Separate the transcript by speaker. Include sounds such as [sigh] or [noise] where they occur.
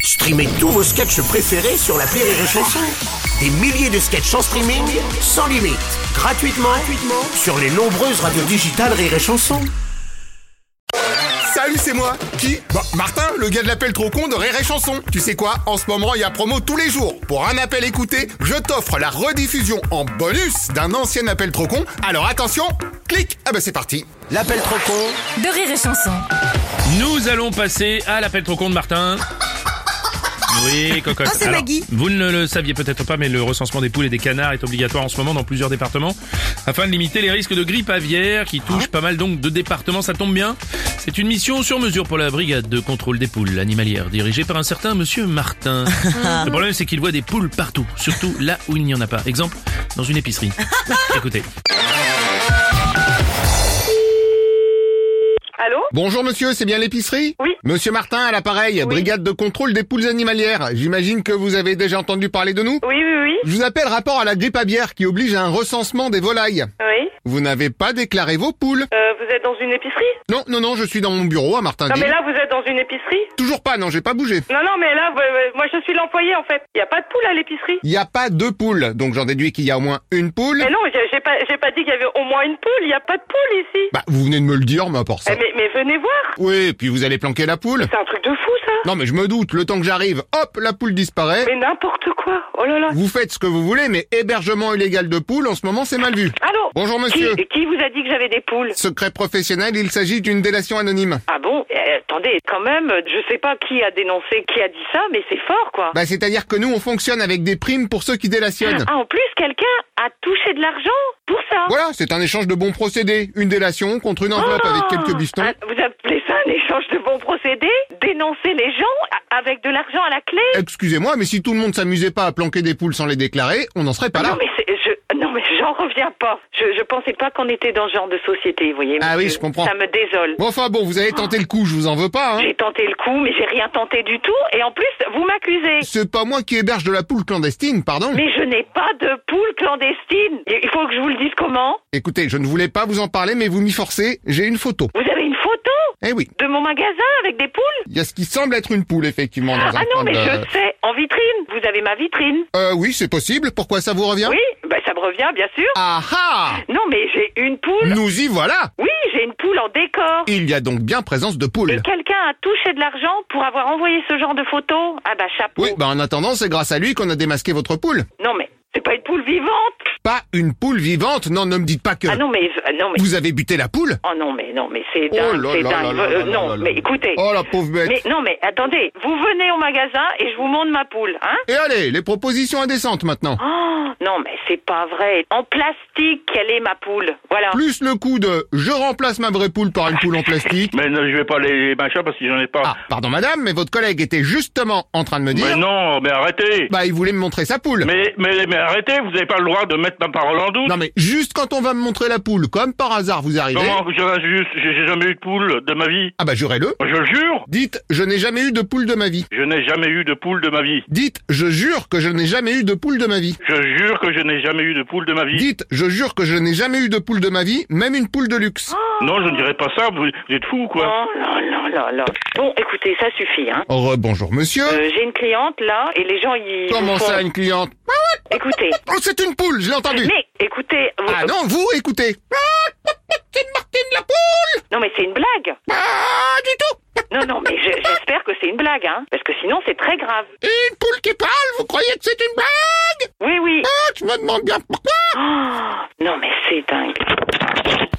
Speaker 1: Streamez tous vos sketchs préférés sur la Rire et Chanson. Des milliers de sketchs en streaming, sans limite, gratuitement, gratuitement sur les nombreuses radios digitales Rire et Chanson.
Speaker 2: Salut, c'est moi. Qui Bah, Martin, le gars de l'appel trop con de Rire et Chanson. Tu sais quoi En ce moment, il y a promo tous les jours. Pour un appel écouté, je t'offre la rediffusion en bonus d'un ancien appel trop con. Alors attention, clique. Ah bah c'est parti.
Speaker 1: L'appel trop con
Speaker 3: de rire et chanson.
Speaker 4: Nous allons passer à l'appel trop con de Martin. Oui, cocotte.
Speaker 3: Oh, c'est
Speaker 4: Alors,
Speaker 3: Maggie.
Speaker 4: Vous ne le saviez peut-être pas, mais le recensement des poules et des canards est obligatoire en ce moment dans plusieurs départements afin de limiter les risques de grippe aviaire qui touche
Speaker 3: Ah.
Speaker 4: pas mal donc de départements. Ça tombe bien. C'est une mission sur mesure pour la brigade de contrôle des poules animalières dirigée par un certain
Speaker 3: [laughs]
Speaker 4: monsieur Martin.
Speaker 3: Ah.
Speaker 4: le problème, c'est qu'il voit des poules partout, surtout là où il n'y en a pas. Exemple, dans
Speaker 3: [laughs]
Speaker 4: une épicerie. Écoutez.
Speaker 5: Allô
Speaker 2: Bonjour monsieur, c'est bien l'épicerie
Speaker 5: Oui.
Speaker 2: Monsieur Martin à l'appareil, brigade de contrôle des poules animalières. J'imagine que vous avez déjà entendu parler de nous
Speaker 5: Oui, oui, oui.
Speaker 2: Je vous appelle rapport à la grippe aviaire qui oblige à un recensement des volailles.
Speaker 5: Oui.
Speaker 2: Vous n'avez pas déclaré vos poules.
Speaker 5: Euh, vous êtes dans une épicerie
Speaker 2: Non, non, non, je suis dans mon bureau à Martin.
Speaker 5: Non, mais là, vous êtes dans une épicerie
Speaker 2: Toujours pas, non, j'ai pas bougé.
Speaker 5: Non, non, mais là, euh, euh, moi, je suis l'employé, en fait. Il n'y a pas de poule à l'épicerie.
Speaker 2: Il n'y a pas deux poules, donc j'en déduis qu'il y a au moins une poule.
Speaker 5: Mais non, j'ai j'ai pas, j'ai pas dit qu'il y avait au moins une poule. Il n'y a pas de poule ici.
Speaker 2: Bah, vous venez de me le dire, mais à part ça.
Speaker 5: Eh, mais, mais venez voir.
Speaker 2: Oui, et puis vous allez planquer la poule.
Speaker 5: C'est un truc de fou, ça.
Speaker 2: Non, mais je me doute, le temps que j'arrive, hop, la poule disparaît.
Speaker 5: Mais n'importe quoi. Oh là là.
Speaker 2: Vous faites ce que vous voulez, mais hébergement illégal de poules, en ce moment, c'est mal vu.
Speaker 5: Allô
Speaker 2: Bonjour, monsieur.
Speaker 5: Qui, qui vous a dit que j'avais des poules
Speaker 2: Secret professionnel, il s'agit d'une délation anonyme.
Speaker 5: Ah bon Eh, Attendez, quand même, euh, je sais pas qui a dénoncé, qui a dit ça, mais c'est fort, quoi.
Speaker 2: Bah, c'est-à-dire que nous, on fonctionne avec des primes pour ceux qui délationnent.
Speaker 5: Ah, en plus, quelqu'un a touché de l'argent pour ça.
Speaker 2: Voilà, c'est un échange de bons procédés. Une délation contre une enveloppe avec quelques bifetons.
Speaker 5: Ah, Vous appelez ça un échange de bons procédés Dénoncer les gens a- avec de l'argent à la clé
Speaker 2: Excusez-moi, mais si tout le monde s'amusait pas à planquer des poules sans les déclarer, on n'en serait pas là.
Speaker 5: Non mais c'est- je non mais j'en reviens pas. Je je pensais pas qu'on était dans ce genre de société, vous voyez.
Speaker 2: Ah oui,
Speaker 5: monsieur.
Speaker 2: je comprends.
Speaker 5: Ça me désole.
Speaker 2: Bon, enfin bon, vous avez tenté le coup, je vous en veux pas, hein.
Speaker 5: J'ai tenté le coup, mais j'ai rien tenté du tout. Et en plus, vous m'accusez.
Speaker 2: [laughs] C'est pas moi qui héberge de la poule clandestine, pardon.
Speaker 5: Mais je n'ai pas de poule clandestine. Il faut que je vous le dise comment.
Speaker 2: Écoutez, je ne voulais pas vous en parler, mais vous m'y forcez, j'ai une photo.
Speaker 5: Vous avez une photo
Speaker 2: Eh oui,
Speaker 5: de mon magasin avec des poules
Speaker 2: il y a ce qui semble être une poule, effectivement, dans un
Speaker 5: Ah non,
Speaker 2: coin
Speaker 5: mais
Speaker 2: de-
Speaker 5: je sais. En vitrine. Vous avez ma vitrine.
Speaker 2: Euh, oui, c'est possible, pourquoi ça vous revient
Speaker 5: Oui, bah ça me revient, bien sûr.
Speaker 2: Ah ah
Speaker 5: Non, mais j'ai une poule.
Speaker 2: Nous y voilà
Speaker 5: Oui, j'ai une poule en décor.
Speaker 2: Il y a donc bien présence de
Speaker 5: Et
Speaker 2: poule.
Speaker 5: quelqu'un a touché de l'argent pour avoir envoyé ce genre de photo Ah bah chapeau.
Speaker 2: Oui, bah en attendant, c'est grâce à lui qu'on a démasqué votre poule.
Speaker 5: Non mais c'est pas une poule vivante.
Speaker 2: Pas une poule vivante, non, ne me dites pas que...
Speaker 5: Ah non mais euh, non mais
Speaker 2: Vous avez buté la poule
Speaker 5: oh non mais non mais c'est
Speaker 2: Oh
Speaker 5: dingue,
Speaker 2: là
Speaker 5: c'est
Speaker 2: là
Speaker 5: dingue.
Speaker 2: là là
Speaker 5: Euh,
Speaker 2: là
Speaker 5: non
Speaker 2: là là
Speaker 5: mais
Speaker 2: là.
Speaker 5: écoutez.
Speaker 2: Oh la pauvre bête
Speaker 5: Mais non mais attendez, vous venez au magasin et je vous montre ma poule, hein
Speaker 2: Et allez, les propositions indécentes maintenant.
Speaker 5: Oh, non mais c'est pas vrai. En plastique, quelle est ma poule Voilà.
Speaker 2: Plus le coup de « je remplace ma vraie poule par une poule en
Speaker 6: [laughs]
Speaker 2: plastique
Speaker 6: Mais non, je vais pas les, les machins parce que j'en ai » pas.
Speaker 2: Ah, pardon madame, mais votre collègue était justement en train de me
Speaker 6: mais
Speaker 2: dire...
Speaker 6: non, mais arrêtez
Speaker 2: Bah, il voulait me montrer sa poule.
Speaker 6: mais, mais, mais arrêtez, vous n'avez pas le droit de mettre ma parole en doute.
Speaker 2: Non mais juste quand on va me montrer la poule, comme par hasard vous arrivez.
Speaker 6: Comment je l'injuste J'ai j'ai jamais eu de poule de ma vie.
Speaker 2: ah bah jurez-le.
Speaker 6: Je le jure,
Speaker 2: Dites je n'ai jamais eu de poule de ma vie.
Speaker 6: je n'ai jamais eu de poule de ma vie.
Speaker 2: Dites je jure que je n'ai jamais eu de poule de ma vie.
Speaker 6: Je jure que je n'ai jamais eu de poule de ma vie.
Speaker 2: Dites je jure que je n'ai jamais eu de poule de ma vie, même une poule de luxe.
Speaker 6: Non, je ne dirais pas ça, vous, vous êtes fou, quoi.
Speaker 5: Oh là là là là. Bon, écoutez, ça suffit, hein.
Speaker 2: bonjour monsieur.
Speaker 5: Euh, j'ai une cliente là et les gens ils
Speaker 2: Comment
Speaker 5: vous font-
Speaker 2: ça une cliente [laughs]
Speaker 5: Écoutez.
Speaker 2: Oh c'est une poule, je l'ai entendu.
Speaker 5: Mais euh, écoutez, vous-
Speaker 2: Ah non, vous écoutez. Ah, c'est Martine la poule.
Speaker 5: non mais c'est une blague.
Speaker 2: Pas du tout.
Speaker 5: Non, non, mais je- j'espère que c'est une blague, hein. Parce que sinon, c'est très grave.
Speaker 2: Une poule qui parle, vous croyez que c'est une blague
Speaker 5: Oui, oui.
Speaker 2: Ah, je me demande bien pourquoi.
Speaker 5: Oh, non, mais c'est dingue.